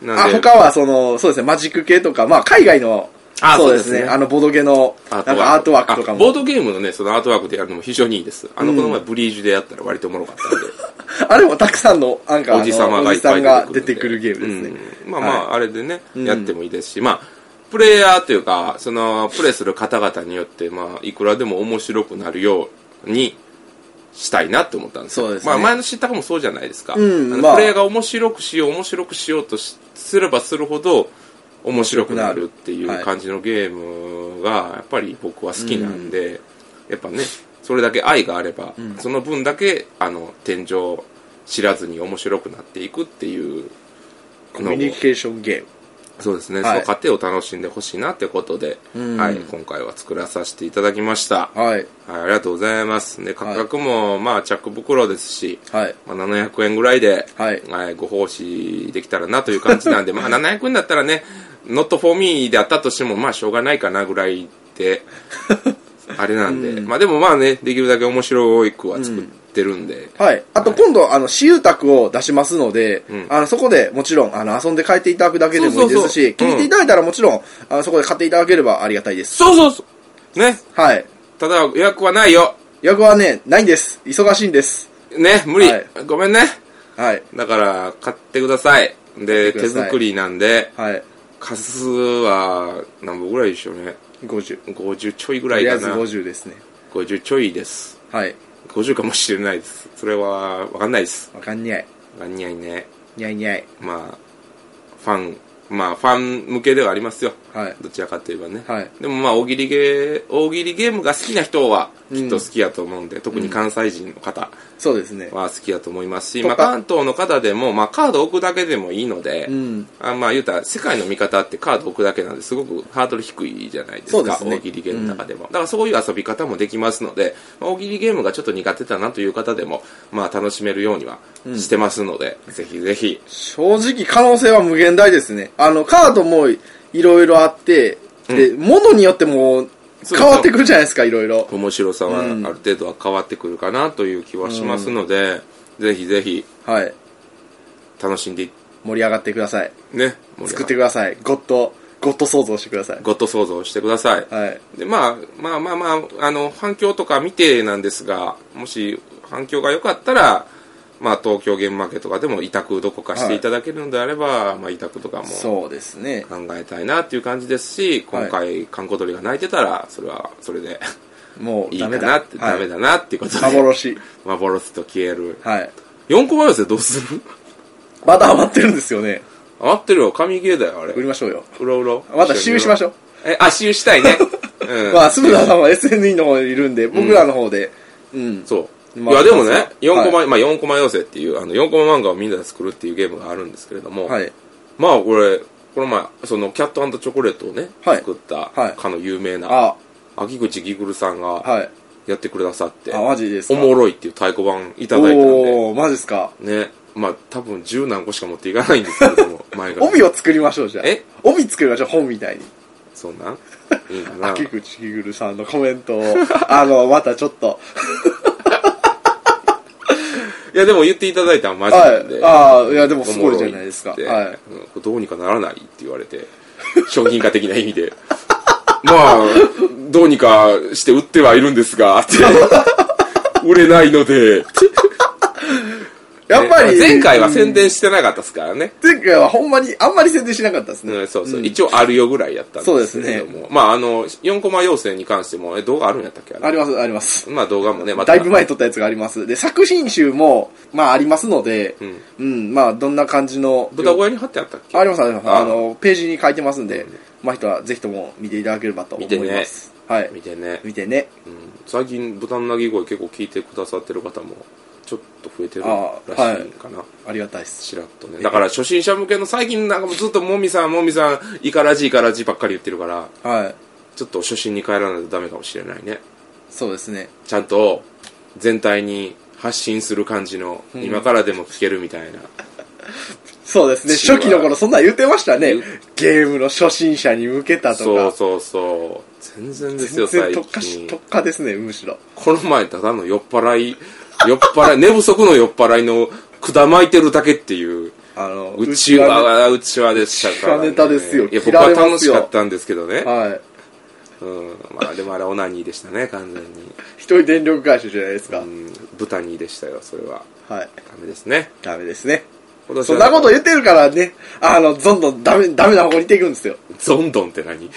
A: な
B: あ、
A: んで、
B: 他はその、そうですね、マジック系とか、まあ、海外の、
A: あ
B: そうです
A: そうです
B: ね、
A: ね
B: あの、ボドゲの、
A: ア
B: な
A: ー
B: ん
A: トワーク
B: かアートワークとか
A: あ
B: も。
A: ボードゲームのね、そのアートワークでやるのも非常にいいです。あの、この前ブリージュでやったら割とおもろかったんで。
B: あれもたくさんの、なんかあの、
A: おじさまが
B: お
A: い
B: じ
A: っぱ
B: さ
A: い
B: んが出てくるゲームですね。
A: うんまあまあ、あれでね、
B: ん
A: やってもいいですし、まあ、プレイヤーというか、その、プレイする方々によって、まあ、いくらでも面白くなるように、したいなって思ったんですよ
B: そうですね
A: まあ前の知ったかもそうじゃないですか、
B: うん
A: あの
B: まあ
A: プレイヤーが面白くしよう面白くしようとしすればするほど面白くなるってい
B: は
A: う
B: い
A: 感じのゲームがやっぱり僕は好きなんで、やっぱねそれだけ愛があれば、その分だけあの天井知らずに面白くなっていくっていう
B: コミュニケーションゲーム。
A: そうですね、
B: はい
A: その過程を楽しんでほしいなってことで、
B: うん
A: はい、今回は作らさせていただきました、
B: はい。
A: はい、ありがとうございますで価格も、まあ着袋ですし、
B: はい。
A: まあ、700円ぐらいで、
B: はい
A: ご奉仕できたらなという感じなんでまあ700円だったらね「not for me」であったとしてもまあしょうがないかなぐらい であれなんで、まあでもまあねできるだけ面白くは作ってるんで、
B: はい。あと、今度、あの、私有宅を出しますので、
A: ん
B: あの、そこでもちろん、あの、遊んで帰っていただくだけでもいいですし、
A: そうそうそううん
B: 聞いていただいたらもちろん、あの、そこで買っていただければありがたいです。
A: そうそうそうね
B: はい。
A: ただ予約はないよ
B: 予約はね、ないんです。忙しいんです。
A: ね無理、
B: はい
A: ごめんね
B: はい。
A: だから買ってくださいで手
B: 買ってください
A: 作りなんで
B: はい。
A: 数は何本ぐらいでしょうね
B: 50。
A: 50ちょいぐ
B: と
A: らい
B: りあ
A: か
B: えず
A: な
B: 50ですね。
A: 50ちょいです
B: はい。
A: 50かもしれないですそれは分かんないです
B: わかんにゃい。
A: あ似合いね
B: にゃいにゃい
A: まあファンまあファン向けではありますよ
B: はい
A: どちらかといえばね、
B: はい
A: でもまあ大喜利ゲー大喜利ゲームが好きな人はきっと好きやと思うんで、特に関西人の方
B: そうですね
A: は好きやと思いますし、
B: と
A: ま
B: か
A: あ、関東の方でも、まあ、カード置くだけでもいいので、
B: うん
A: あまあ言うたら世界の見方ってカード置くだけなんですごくハードル低いじゃないです
B: そうで
A: か
B: すね
A: 大喜利ゲームの中でも、だからそういう遊び方もできますのでまあ大喜利ゲームがちょっと苦手だなという方でも、まあ、楽しめるようにはしてますので、ぜひぜひ
B: 正直可能性は無限大ですねあのカードもいろいろあって、で物によっても
A: そう
B: 変わってくるじゃないですかいろいろ
A: 面白さはあ
B: う
A: る
B: ん
A: 程度は変わってくるかなという気はしますので、ぜひぜひ
B: はい
A: 楽しんでい
B: 盛り上がってください
A: ね
B: 作って
A: く
B: くださいゴッドゴッド想像してください
A: ゴッド想像してください、
B: はい
A: でまあまあまあまああの反響とか見てなんですがもし反響が良かったらまあ東京ゲームマーケットとかでも委託どこかしていただけるのであれば、まあ委託とかも
B: そうですね
A: 考えたいなっていう感じですし今回観光鳥が泣いてたらそれはそれで
B: もう
A: いい
B: ダ
A: か
B: メだ
A: なって
B: はい
A: ダメだなっていうことで、
B: 幻
A: 幻と消える
B: はい
A: 4個前ですよどうする
B: まだ余ってるんですよね
A: 合ってるよ神ゲーだよあれ
B: 売りましょうよ
A: うろうろ
B: また試遊しまし
A: ょ
B: ょう
A: うえあ私有したい ね、うん、
B: まあ、鈴田さんは SNE の方にいるんで、僕らの方で、うん。
A: そう。
B: まあ
A: いやでも
B: そう
A: ね、
B: そう
A: 4コマ、まあ4コマ要請っていう、あの4コマ漫画をみんなで作るっていうゲームがあるんですけれども、
B: はい。
A: まあこれ、この前、そのキャットチョコレートをね、
B: はい
A: 作った
B: はい
A: かの有名な、
B: あ、
A: 秋口ギグルさんが
B: はい。
A: やってくださって、
B: あ、マジです
A: お
B: か。
A: もろいっていう太鼓判いただいたんで、
B: おー、マジですか。
A: ね、まあ多分10何個しか持っていかないんですけれど も、前が。
B: 帯を作りましょう、じゃあ。
A: え
B: 帯作りましょう、本みたいに。
A: そんなんいいかな。
B: 秋口ひぐるさんのコメントを、 あの、またちょっと。
A: いやでも言っていただいたのマジな
B: は
A: んで。
B: い。ああ、いや、でもすごいじゃないですか。
A: おもろっ
B: は
A: つってうんどうにかならないって言われて、 商品化的な意味 で。まあ、どうにかして売ってはいるんです が、って。売れないので。
B: い。やっぱり、
A: 前回は宣伝してなかったですからね。
B: 前回はほんまに、あんまり宣伝しなかったです
A: う
B: ね。
A: ん、そうそう、一応あるよぐらいやったんですけれども。
B: そう
A: まあ、あの、4コマ要請に関しても、え、動画あるんやったっけあれ
B: あります、あります。
A: まあ動画もね、また。
B: だいぶ前に撮ったやつがあります。で、作品集も、まあありますので、うん
A: ん、
B: まあどんな感じの。
A: 豚小屋に貼ってあったっけ
B: ありますあります。
A: あ
B: あの、ページに書いてますんで、まあ人はぜひとも見ていただければと思います。はい。
A: 見てね。
B: 見てね。
A: うん最近豚の鳴き声結構聞いてくださってる方もちょっと増えてる
B: あー
A: らしいかな、
B: ありがたいです。
A: ちらっとねだから初心者向けの最近なんかもうずっともみさんもみさんイカラジイカラジばっかり言ってるから
B: はい。
A: ちょっと初心に帰らないとダメかもしれないね
B: そうですね。
A: ちゃんと全体に発信する感じの、今からでも聞けるみたいな
B: そうですね。
A: 私は
B: 初期の頃そんなん言ってましたね
A: 言う。
B: ゲームの初心者に向けたと
A: そう
B: か。
A: そうそう全然です
B: 全
A: よ
B: 然
A: 最
B: 特化し、
A: 近
B: 特化ですね、むしろ。
A: この前ただの酔っ払い酔っ払い寝不足の酔っ払いの管巻いてるだけっていう
B: あの、
A: うち
B: ね
A: わはうちわでしたから、
B: うちわネタですよ
A: いや、
B: 切
A: 僕
B: ら
A: は
B: れます
A: 楽し
B: よ
A: かったんですけどね。
B: はい。
A: うん。まあ、でもあれ、オナニーでしたね、完全に。
B: 一人電力回収じゃないですか。
A: うん。豚ニーでしたよ、それは。
B: はい。
A: ダメですね。
B: ダメですね。
A: 今年は
B: そんなこと言ってるからね、あの、どんどんダメ、ダメな方向に行っていくんですよ。
A: ゾンドンって何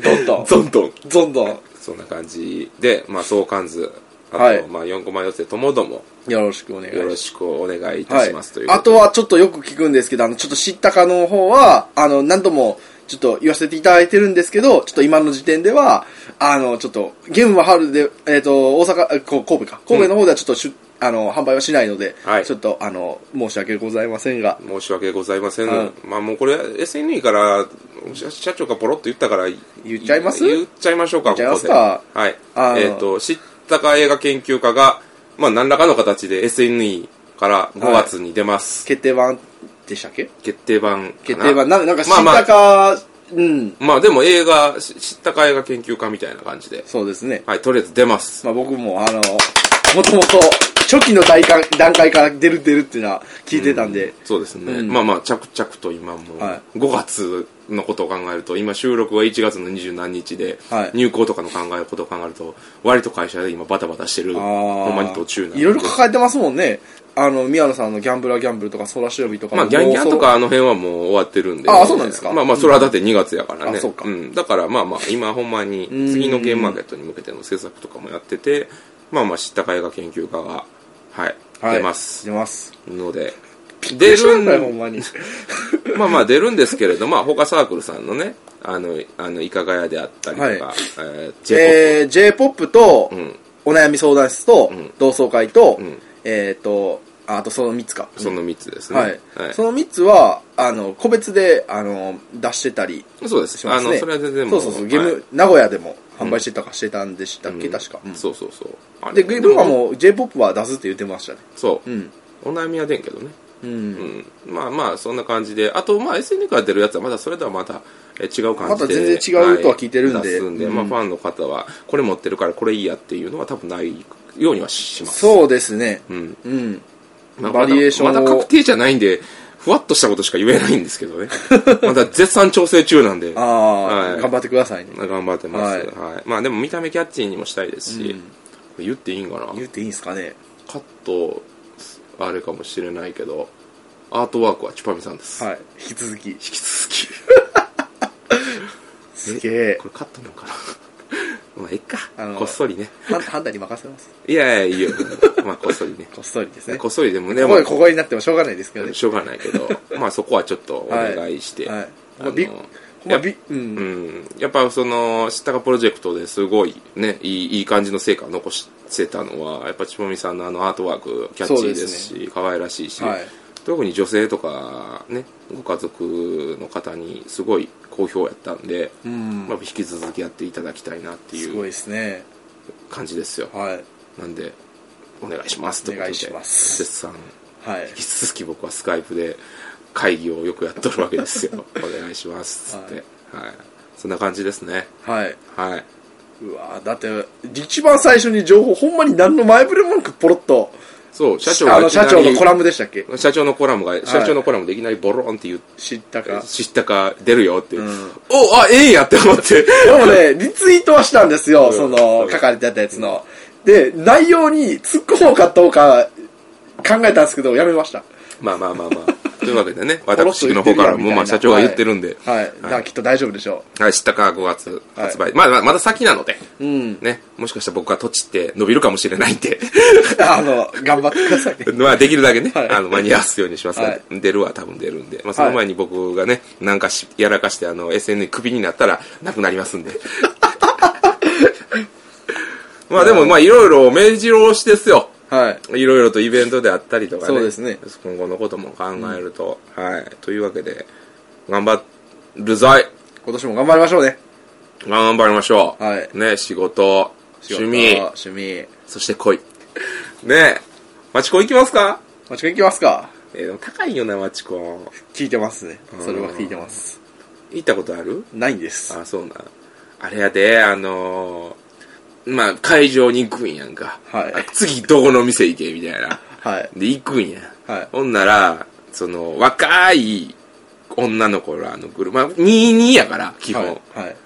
B: ど んどん。
A: ゾンドン。
B: どんどん。
A: そんな感じで、まあ、相関図。あと、
B: はい
A: まあ、4コマ寄せともども、
B: よろしくお願いし
A: よ
B: ま
A: ろ
B: す。
A: しくお願いいた
B: は
A: し
B: い
A: ます、という。
B: あとはちょっとよく聞くんですけど、あの、ちょっと知ったかの方は、あの、何度もちょっと言わせていただいてるんですけど、ちょっと今の時点では、あの、ちょっと、ゲームは春で、えっ、と、大阪、えこ神戸か。神戸の方ではちょっとしゅ、あの、販売はしないので、
A: はい
B: ちょっと、あの、申し訳ございませんが、
A: 申し訳ございません。
B: はい
A: まあもうこれ SNE から社社長がポロッと言ったから
B: 言っちゃいます
A: 言っちゃいましょうか、ここ
B: 言
A: で。
B: っちゃいますか
A: はい
B: あ。の
A: えっ、と、知ったか映画研究家が、まあ何らかの形で SNE から5月に出ます。
B: 決定版でしたっけ
A: 決定版かな。
B: 決定版、なんか、なんか知っ
A: まあま
B: た
A: あ、
B: か、うん、
A: まあでも映画、し知ったか映画研究家みたいな感じで。
B: そうですね。
A: はい、とりあえず出ます。
B: まあ僕もあの、もともと初期の段階段階から出る出るっていうのは聞いてたんで、
A: そうですね。
B: うん
A: まあまあ、着々と今も、
B: は
A: 5月のことを考えると、今収録は1月の20何日で、
B: はい
A: 入校とかの考えることを考えると、割と会社で今バタバタしてる、
B: あ
A: ほんまに
B: ー
A: 途中なんで
B: いろいろ抱えてますもんね。あの、宮野さんのギャンブラーギャンブルとか、ソラシオビとか。
A: まあ、ギャンギャンと
B: もう
A: かあの辺はもう終わってるんで。
B: あそうなんですか
A: まあまあ、それはだって2月やから
B: うん
A: ね。
B: あそうか
A: ん。だからまあまあ、今ほんまに、次のゲームマーケットに向けての制作とかもやってて、まあまあ、知ったか映画研究家が、はい、
B: そう、はい
A: 出ます。
B: 出ます。
A: ので、出
B: 知ら
A: る
B: ない
A: ん
B: ほん まに。
A: まあまあ出るんですけれど、まあ、他サークルさんのね、あの、あの、いかがやであったりとか、
B: はい
A: えー、J-POP、
B: えー、J-POP と、
A: うん
B: お悩み相談室と、
A: ん
B: 同窓会と、
A: うん
B: えっ、と、ああとその3つか。
A: その3つですね。
B: はい、その3つは、あの、個別で、あの、出してたり
A: そうです。
B: しま
A: あ
B: す
A: の、
B: ね。
A: それは全然
B: そ
A: も
B: うそうそう、ゲーム、
A: はい
B: 名古屋でも販売してたかしてたんでしたっけ、
A: うん
B: 確か。うん
A: そうそうそう。あれ
B: で、ゲームはもう J-POP は出すって言ってましたね。
A: そう、
B: うん。
A: お悩みは出んけどね。
B: う。
A: うんん。まあまあ、そんな感じで。あと、まあ、SNK から出るやつは、まだそれとはまた、え違う感じで。
B: また全然違うとは聞いてるんで
A: は出すんで、まあ、
B: うん
A: ファンの方は、これ持ってるからこれいいやっていうのは多分ないようにはします。
B: そうですね。
A: うん。
B: うん。
A: まあ
B: バリエーションを
A: まだまだ確定じゃないんで、ふわっとしたことしか言えないんですけ どね。まだ絶賛調整中なんで。
B: ああ、
A: はい
B: 頑張ってくださいね。
A: 頑張ってます、
B: は
A: はいいまあでも見た目キャッチーにもしたいですし、言っていいんかな
B: 言っていいんすかね。
A: カットあれかもしれないけどアートワークはチュパミさんです、
B: はい。引き続き。
A: 引き続
B: すげえ
A: きこ。れカットなのかな まあいっか
B: あの
A: こっそりね
B: 判判断に任せます。
A: いやい やいいよまあこっそりね
B: こっそりですね。
A: こ
B: こ
A: っそりでもね
B: こ
A: まあ
B: でここになってもしょうがないですけどね。
A: しょうがないけ どまあそこはちょっとお願いして、
B: はい。
A: あ
B: まあ、
A: の
B: び、まあ、び、う。
A: うんん、やっぱその知ったかプロジェクトですごいねいいいい感じの成果を残してたのはやっぱちぽみさんのあのアートワークキャッチーですし
B: そう
A: 可愛らしいし、
B: はい
A: 特に女性とかねご家族の方にすごい好評やったんで、
B: うん
A: まあ、引き続きやっていただきたいなって
B: す
A: い
B: ごい
A: う
B: ですね。
A: 感じですよ
B: はい。
A: なんでお願いしますということで
B: お願いします
A: 絶賛
B: はい。
A: 引き続き僕はスカイプで会議をよくやっとるわけです よお願いしますっつって、はい、そんな感じですね
B: はい。
A: はい。
B: うわだって、一番最初に情報、ほんまに何の前触れもなくポロッと、
A: そう、社長
B: あ
A: が
B: の、
A: いきな
B: 社
A: り
B: 長のコラムでしたっけ
A: 社長のコラムが、社長のコラムでいきなりボロンって言って、
B: 知ったか。
A: 知ったか出るよって。
B: ん
A: おあ、ええんやって思って。
B: でもね、リツイートはしたんですよ、
A: ん
B: そうの、
A: ん
B: 書かれてたやつの。で、内容に突っ込もうかどうか考えたんですけど、やめました。
A: まあまあまあまあ。というわけ でね、
B: ロッと
A: 私
B: 言
A: の
B: って
A: 方
B: るやん
A: からも、ま
B: みたいな
A: あ社長が言ってるんで。
B: はい。だからきっと大丈夫でしょ
A: はい、知ったか5月発売。まあまあまだ先なので。
B: う。うん。
A: ね、もしかしたら僕がとちって伸びるかもしれないんで。
B: あの、頑張ってくださいね。
A: まあできるだけね、
B: はい
A: あの間に合わすようにしますので、
B: は
A: 出るは多分出るんで、まあ、その前に僕がね、なんかしやらかしてあの SN クビになったらなくなりますんで まあでもまあいろいろ目白押しですよ
B: はい。
A: いろいろとイベントであったりとかね
B: そうですね
A: 今後のことも考えると、はいというわけで頑張るぞい
B: 今年も頑張りましょうね。
A: 頑張りましょう、
B: はい
A: ね仕事
B: 仕事
A: 趣味
B: 趣味。
A: そして恋ねえ町子行きますか
B: マチコン行きますか
A: えーでも高いよな町子
B: 聞いてますね。それは聞いてます。
A: 行ったことある
B: ないんです。
A: あそうなんあれやであのーまあ会場に行くんやんか、
B: はい
A: あ次どこの店行けみたいな
B: はい。
A: で行くんや、
B: はい
A: ほんならその若い女の子らのグループ、まあ、22やから基
B: はい
A: 本、。
B: はい。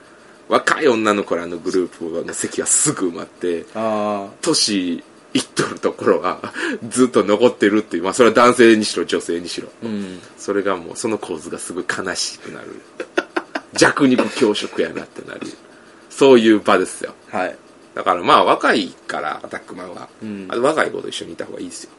A: 若い女の子らのグループの席はすぐ埋まって
B: あ
A: 年行っとるところは ずっと残ってるっていうまあそれは男性にしろ女性にしろ
B: あ。うん。
A: それがもうその構図がすごい悲しくなる 弱肉強食やなってなるそういう場ですよ
B: はい。
A: だからまあ若いからアタックマンは、
B: うん
A: あと若い子と一緒にいた方がいいですよ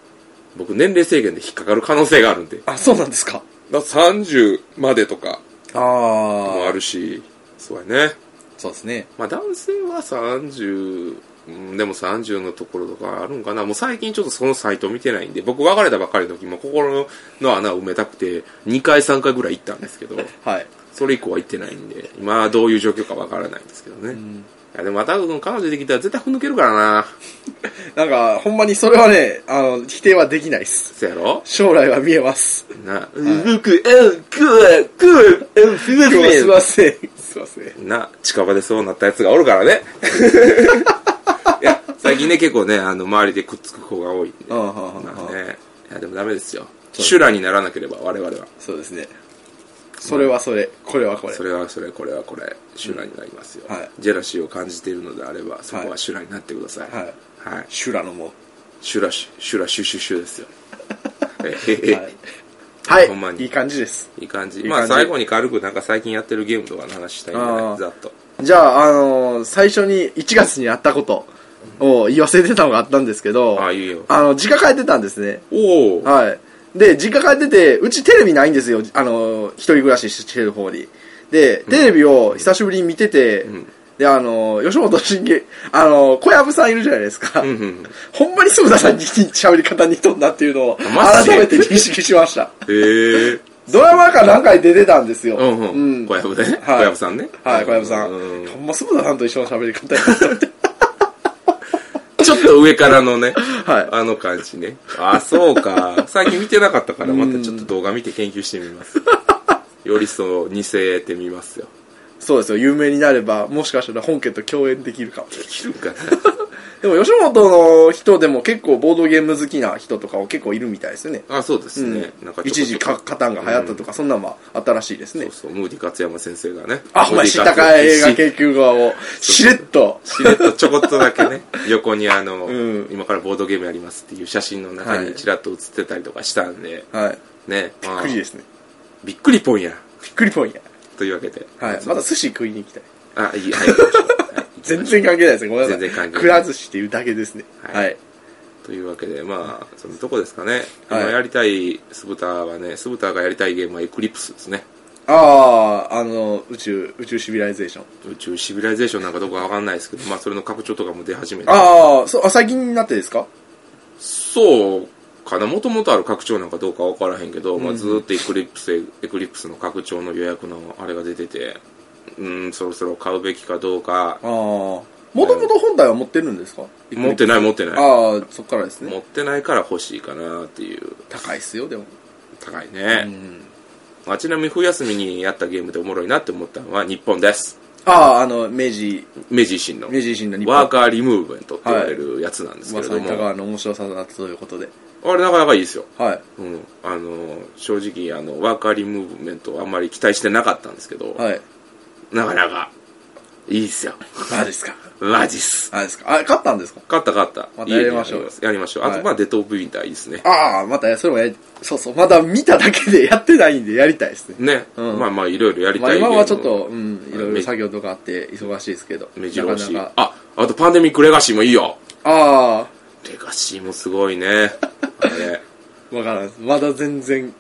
A: 僕年齢制限で引っかかる可能性があるんでだか
B: あ、そうなんですから
A: 30までとか
B: あ
A: もあ
B: あ。
A: るしそうやね
B: そうですね。
A: まあ男性は30うんでも30のところとかあるんかなもう最近ちょっとそのサイト見てないんで僕別れたばっかりの時も心の穴を埋めたくて2回3回ぐらい行ったんですけど
B: はい。
A: それ以降は行ってないんで、今はどういう状況かわからないんですけどね。いやでも、タ君、彼女できたら絶対ふ抜けるからな。
B: なんか、ほんまにそれはね、あの、否定はできないです。
A: そやろ
B: 将来は見えます。
A: な、僕、うん、くわ、くわ、うん、すいま
B: 今日
A: せ
B: すいません。すいません。
A: ん。な、近場でそうなったやつがおるからね。いや、最近ね、結構ね、あの、周りでくっつく子が多いんで。
B: ああああ
A: まあね。いや、でもダメですよ。修羅にならなければ、我々は。
B: そうですね。それはそれ、これはこれ。
A: それはそれ、これはこれ、修羅になりますよ。
B: うんはい
A: ジェラシーを感じているのであれば、そこは修羅になってください。
B: はい。
A: はい
B: 修羅のも。
A: シュラシュ、シュラシュシュシュ ですよ。えへへ
B: はい
A: はいほんまに。
B: い
A: い
B: い感じです。
A: い感じ。
B: いい感じ
A: まあ最後に軽くなんか最近やってるゲームとかの話したいんじゃ
B: あ
A: な
B: ー
A: いざっと。
B: じゃあ、あのー最初に1月にやったことを言わせてたのがあったんですけど、
A: ああ、いいよ。
B: あの、自家帰ってたんですね。
A: おお
B: はい。で、実家帰ってて、うちテレビないんですよ。あの、一人暮らししてる方に。で、テレビを久しぶりに見てて、で、あの、吉本新喜、あの、小籔さんいるじゃないですか。
A: うんうん
B: ほんまに鈴田さんに喋り方似とんだっていうのを、
A: マジで
B: 改めて認識し ました。
A: へえ。
B: ドラマか何回出てたんですよ。
A: うんうん。小籔ね。小
B: はい
A: 籔さんね。
B: はい、小籔さん。
A: うん
B: ほんま、鈴田さんと一緒の喋り方やな と思って
A: ちょっと上からのね、
B: はい
A: あの感じね。あ、そうか。最近見てなかったから、またちょっと動画見て研究してみます。よりそう、似せてみますよ。
B: そうですよ、有名になれば、もしかしたら本家と共演できるかも。
A: できるかな。
B: でも、吉本の人でも結構ボードゲーム好きな人とかは結構いるみたいですよね。
A: あ、そうですね。なんかちょこちょこ
B: 一時カ、カタンが流行ったとか、そんなんはあったらしいですね。
A: そうそう、ムーディ勝山先生がね。
B: あ、お前、知ったかい映画研究側を、しれっと。
A: しれっとちょこっとだけ ね、横にあの、
B: うん
A: 今からボードゲームやりますっていう写真の中
B: は
A: に
B: い
A: ちらっと写ってたりとかしたんで、
B: はい。
A: ね。びっ
B: びっくりですね。
A: びっくりポンや。
B: びっくりぽんや。
A: というわけで。
B: はい。まだ寿司食いに行きたい。
A: あ、いい、はい行きましょう。はい
B: 全然関係ないですね。ごめんなさい。
A: 全然関係ない
B: くら寿司っていうだけですね。
A: は
B: はいい。
A: というわけで、まあ、そのとこですかね。
B: はい
A: 今やりたい、スブタはね、スブタがやりたいゲームはエクリプスですね。
B: ああ、あの、宇宙、宇宙シビライゼーション。
A: 宇宙シビライゼーションなんかどこかわかんないですけど、まあ、それの拡張とかも出始めて。
B: ああ、そう、あ、最近になってですか
A: そうかな、もともとある拡張なんかどうかわからへんけど、まあ、ずーっとエクリプス、エクリプスの拡張の予約のあれが出てて、うん、そろそろ買うべきかどうか
B: あ、あ。もともと本体は持ってるんですか
A: 持ってない持ってない。
B: ああ、そっからですね。
A: 持ってないから欲しいかなっていう、
B: 高いっすよ、でも。
A: 高いうね。
B: ん。
A: まあ、ちなみに冬休みにやったゲームでおもろいなって思ったのは日本です。
B: ああ、あの、明治、
A: 明治維新の。
B: 明治維新の日本。
A: ワーカーリムーブメントって言われるやつなんですけ
B: ま
A: れ
B: さ
A: ど
B: に
A: も、
B: 高川の面白さだということで。
A: あれなかなかいいですよ。
B: はい。
A: うん、あの正直あのワーカーリムーブメントはあんまり期待してなかったんですけど、
B: はい。
A: なかなかいいっすよ
B: あれですか。
A: マジっす
B: あれですか。あ、勝ったんですか
A: 勝った勝った
B: またやりましょう
A: 家にあすやりましょうあ
B: は
A: と
B: い
A: まあデトープインターいいですね
B: ああ、また、それもやり、そうそう、まだ見ただけでやってないんでやりたいですね。
A: ね、
B: うん
A: まあまあいろいろやり
B: まあ
A: たい
B: 今はちょっ
A: ゲーム
B: と、うん、いろいろ作業とかあって忙しいですけど。
A: 目白押し
B: なかなか
A: ああとパンデミックレガシーもいいよ
B: あ
A: レガシーもすごいねあれ
B: あ、わからんです。まだ全然、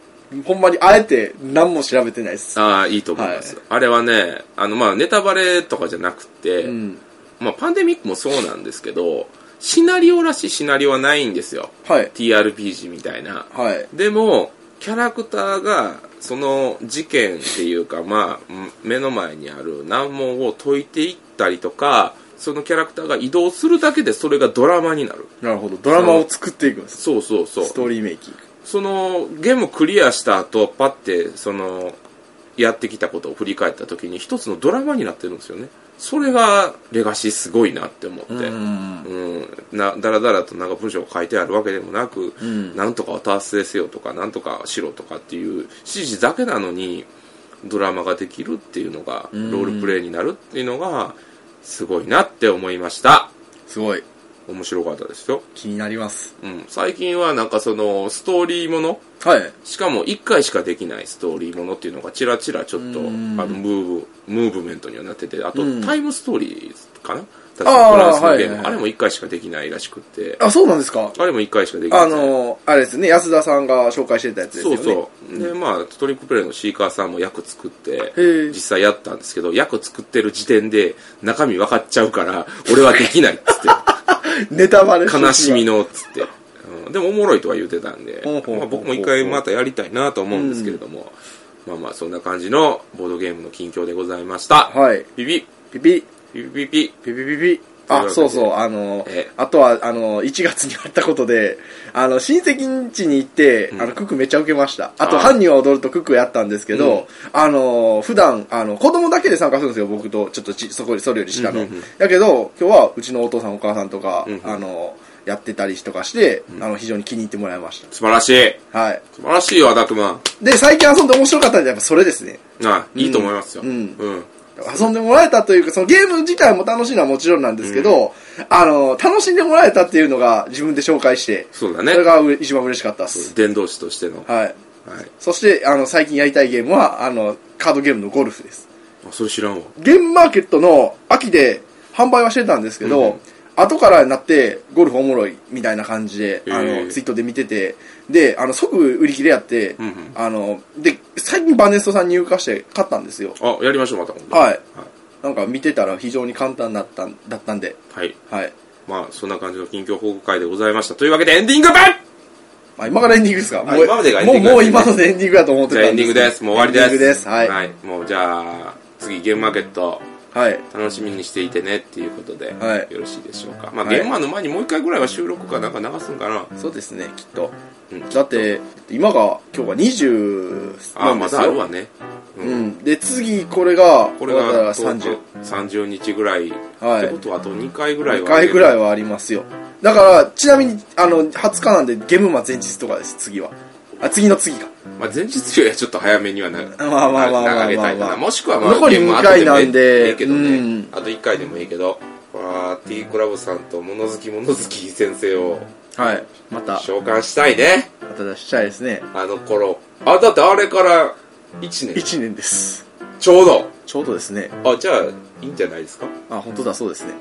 B: ほんまにあえて何も調べてないです。
A: ああいいと思います、あれはねあのまあネタバレとかじゃなくて、
B: うん。
A: まあ、パンデミックもそうなんですけどシナリオらしいシナリオはないんですよ
B: はい。
A: TRPG みたいな
B: はい。
A: でもキャラクターがその事件っていうか、まあ、うん目の前にある難問を解いていったりとかそのキャラクターが移動するだけでそれがドラマになる
B: なるほど。ドラマを作っていくんです。
A: そうそうそう
B: ストーリーメイキング。
A: そのゲームクリアした後パッてそのやってきたことを振り返った時に一つのドラマになってるんですよねそれがレガシーすごいなって思って
B: ん。
A: うん、なだらだらとなんか文章が書いてあるわけでもなく、
B: ん
A: なんとかを達成せよとかなんとかしろとかっていう指示だけなのにドラマができるっていうのが、
B: ん
A: ロールプレイになるっていうのがすごいなって思いました
B: すごい。
A: 面白かったですよ、
B: 気になります。
A: うん、最近はなんかそのストーリーもの
B: はい。
A: しかも1回しかできないストーリーものっていうのがちらちらちょっとあの
B: うん
A: ムーブムーブメントにはなっててあと
B: うん
A: タイムストーリーかな確
B: あ
A: か
B: ー
A: フランスのゲーム
B: はいはいはい
A: あれも1回しかできないらしくって
B: あ、そうなんですか
A: あれも1回しかできない
B: あの、あれですね、安田さんが紹介してたやつです
A: そ
B: よ
A: う
B: ね。
A: そう、でまあトリックプレイのシーカーさんも役作って
B: へえ
A: 実際やったんですけど役作ってる時点で中身分かっちゃうから俺はできないっつっ
B: ネタバレ
A: て悲しみ
B: の。
A: のっつって、うん、でもおもろいとは言ってたんで、
B: ほうほうほうほう
A: まあ、僕も一回またやりたいなと思うんですけれども、まあまあそんな感じのボードゲームの近況でございました、
B: はい。
A: ピピ
B: ピピ、
A: ピピピピ
B: ピピピピ。
A: というわけで
B: あ、そうそう、あの
A: ええ、
B: あとは、あの、1月にあったことで、あの、親戚ん家に行って、あの、クックめっちゃ受けました。あと、
A: あー
B: 犯人は踊るとクックやったんですけど、あの、普段、あの、子供だけで参加するんですよ、僕と、ちょっとち、そこそれより下
A: う
B: の
A: んうんうん。
B: だけど、今日は、うちのお父さんお母さんとか
A: うんう、ん
B: あの、やってたりとかして、あの、非常に気に入ってもらいまし
A: 素晴らしい
B: た。はい。
A: 素晴らしいよアダクマン
B: で、最近遊んで面白かったのはやっぱそれですね。
A: あいいと思いますよ
B: うん
A: うん
B: 遊んでもらえたというか、そのゲーム自体も楽しいのはもちろんなんですけど、あの、楽しんでもらえたっていうのが自分で紹介して、
A: そうだ
B: それ
A: ね
B: がうれ一番嬉しかったです。
A: 伝道師としての、
B: は
A: は
B: い。
A: い、
B: そして、あの、最近やりたいゲームは、あの、カードゲームのゴルフです。
A: あそれ知らんわ
B: ゲームマーケットの秋で販売はしてたんですけど、
A: うんうん
B: 後からになって、ゴルフおもろいみたいな感じで、あ
A: へ
B: の、
A: ー
B: ツイートで見てて、で、あの、即売り切れやって、
A: うんうん
B: あの、で、最近バネストさんに入荷して買ったんですよ。
A: あ、やりましょう、また今度。
B: はい。なんか見てたら非常に簡単だったんだったんで、
A: はい。
B: はい。
A: まあ、そんな感じの近況報告会でございました。というわけで、エンディングバン
B: まあ、今からエンディングですかもう
A: 今までがエンデ
B: も
A: ィン
B: う
A: グだ
B: もう今のでエンディングだと思って
A: じ
B: た
A: ゃ
B: ん
A: あエンディングです。もう終わりです。
B: エンディングです。はい。はい。
A: もうじゃあ、次、ゲームマーケット、楽しみにしていてねっていうことで、
B: はい
A: よろしいでしょうか。まあ、
B: はい
A: ゲームマーの前にもう一回ぐらいは収録かなんか流すんかな。
B: そうですね、きっと。
A: うん
B: だって、今が、今日が20
A: あ、
B: なんで
A: ますだある
B: よ。
A: わね。う。
B: うんん。で、次、これが、
A: これ
B: だから
A: が
B: 30。
A: 30日ぐらい。
B: はい
A: ってことは、あと2回ぐらいは。
B: 1回ぐらいはありますよ。だから、ちなみに、あの、20日なんで、ゲームマ前日とかです、次は。あ、次の次か。
A: まあ、前日よりはちょっと早めにはな、
B: まあまあまあまあまあまあ
A: 投げたいかな。もしくはまあ、
B: 残り
A: ゲーム
B: 二回なん
A: 後も
B: で
A: いいけど
B: う
A: ね
B: ん。
A: あと1回でもいいけど、これは T コラボさんと物好き物好き先生を
B: はい。また、
A: 召喚したいね。
B: また出したいですね。
A: あの頃。あ、だってあれから1年。
B: 1年です。
A: ちょうど。
B: ちょうどですね。
A: あ、じゃあ、いいんじゃないですか
B: あ、本当だ、そうですね。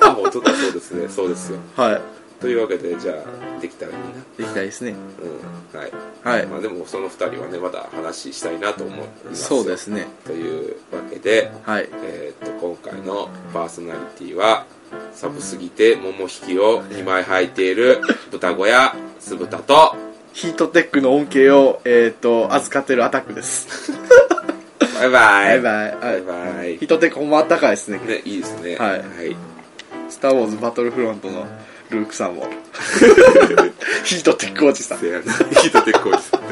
A: あ、本当だ、そうですね。そうですよ。
B: は
A: というわけで、じゃあ、できたらいいな。
B: い。できたいですね。
A: うん。はい。
B: はい。
A: まあ、でも、その2人はね、まだ話したいなと思います。
B: そうで。すね。
A: というわけで、
B: はい。
A: えーっと今回のパーソナリティはサブすぎて桃引きを2枚履いている豚小屋酢豚と
B: ヒートテックの恩恵を、えっ、と、預かってるアタックです。
A: バイバイバ
B: バイバイ。
A: イ
B: は
A: バ
B: い。
A: イ
B: ヒートテックほんまあったかいですね。
A: ねいいですね
B: はいスター・ウォーズ・バトルフロントのルークさんも。ヒートテックおじさん。
A: せやなヒートテックおじさんね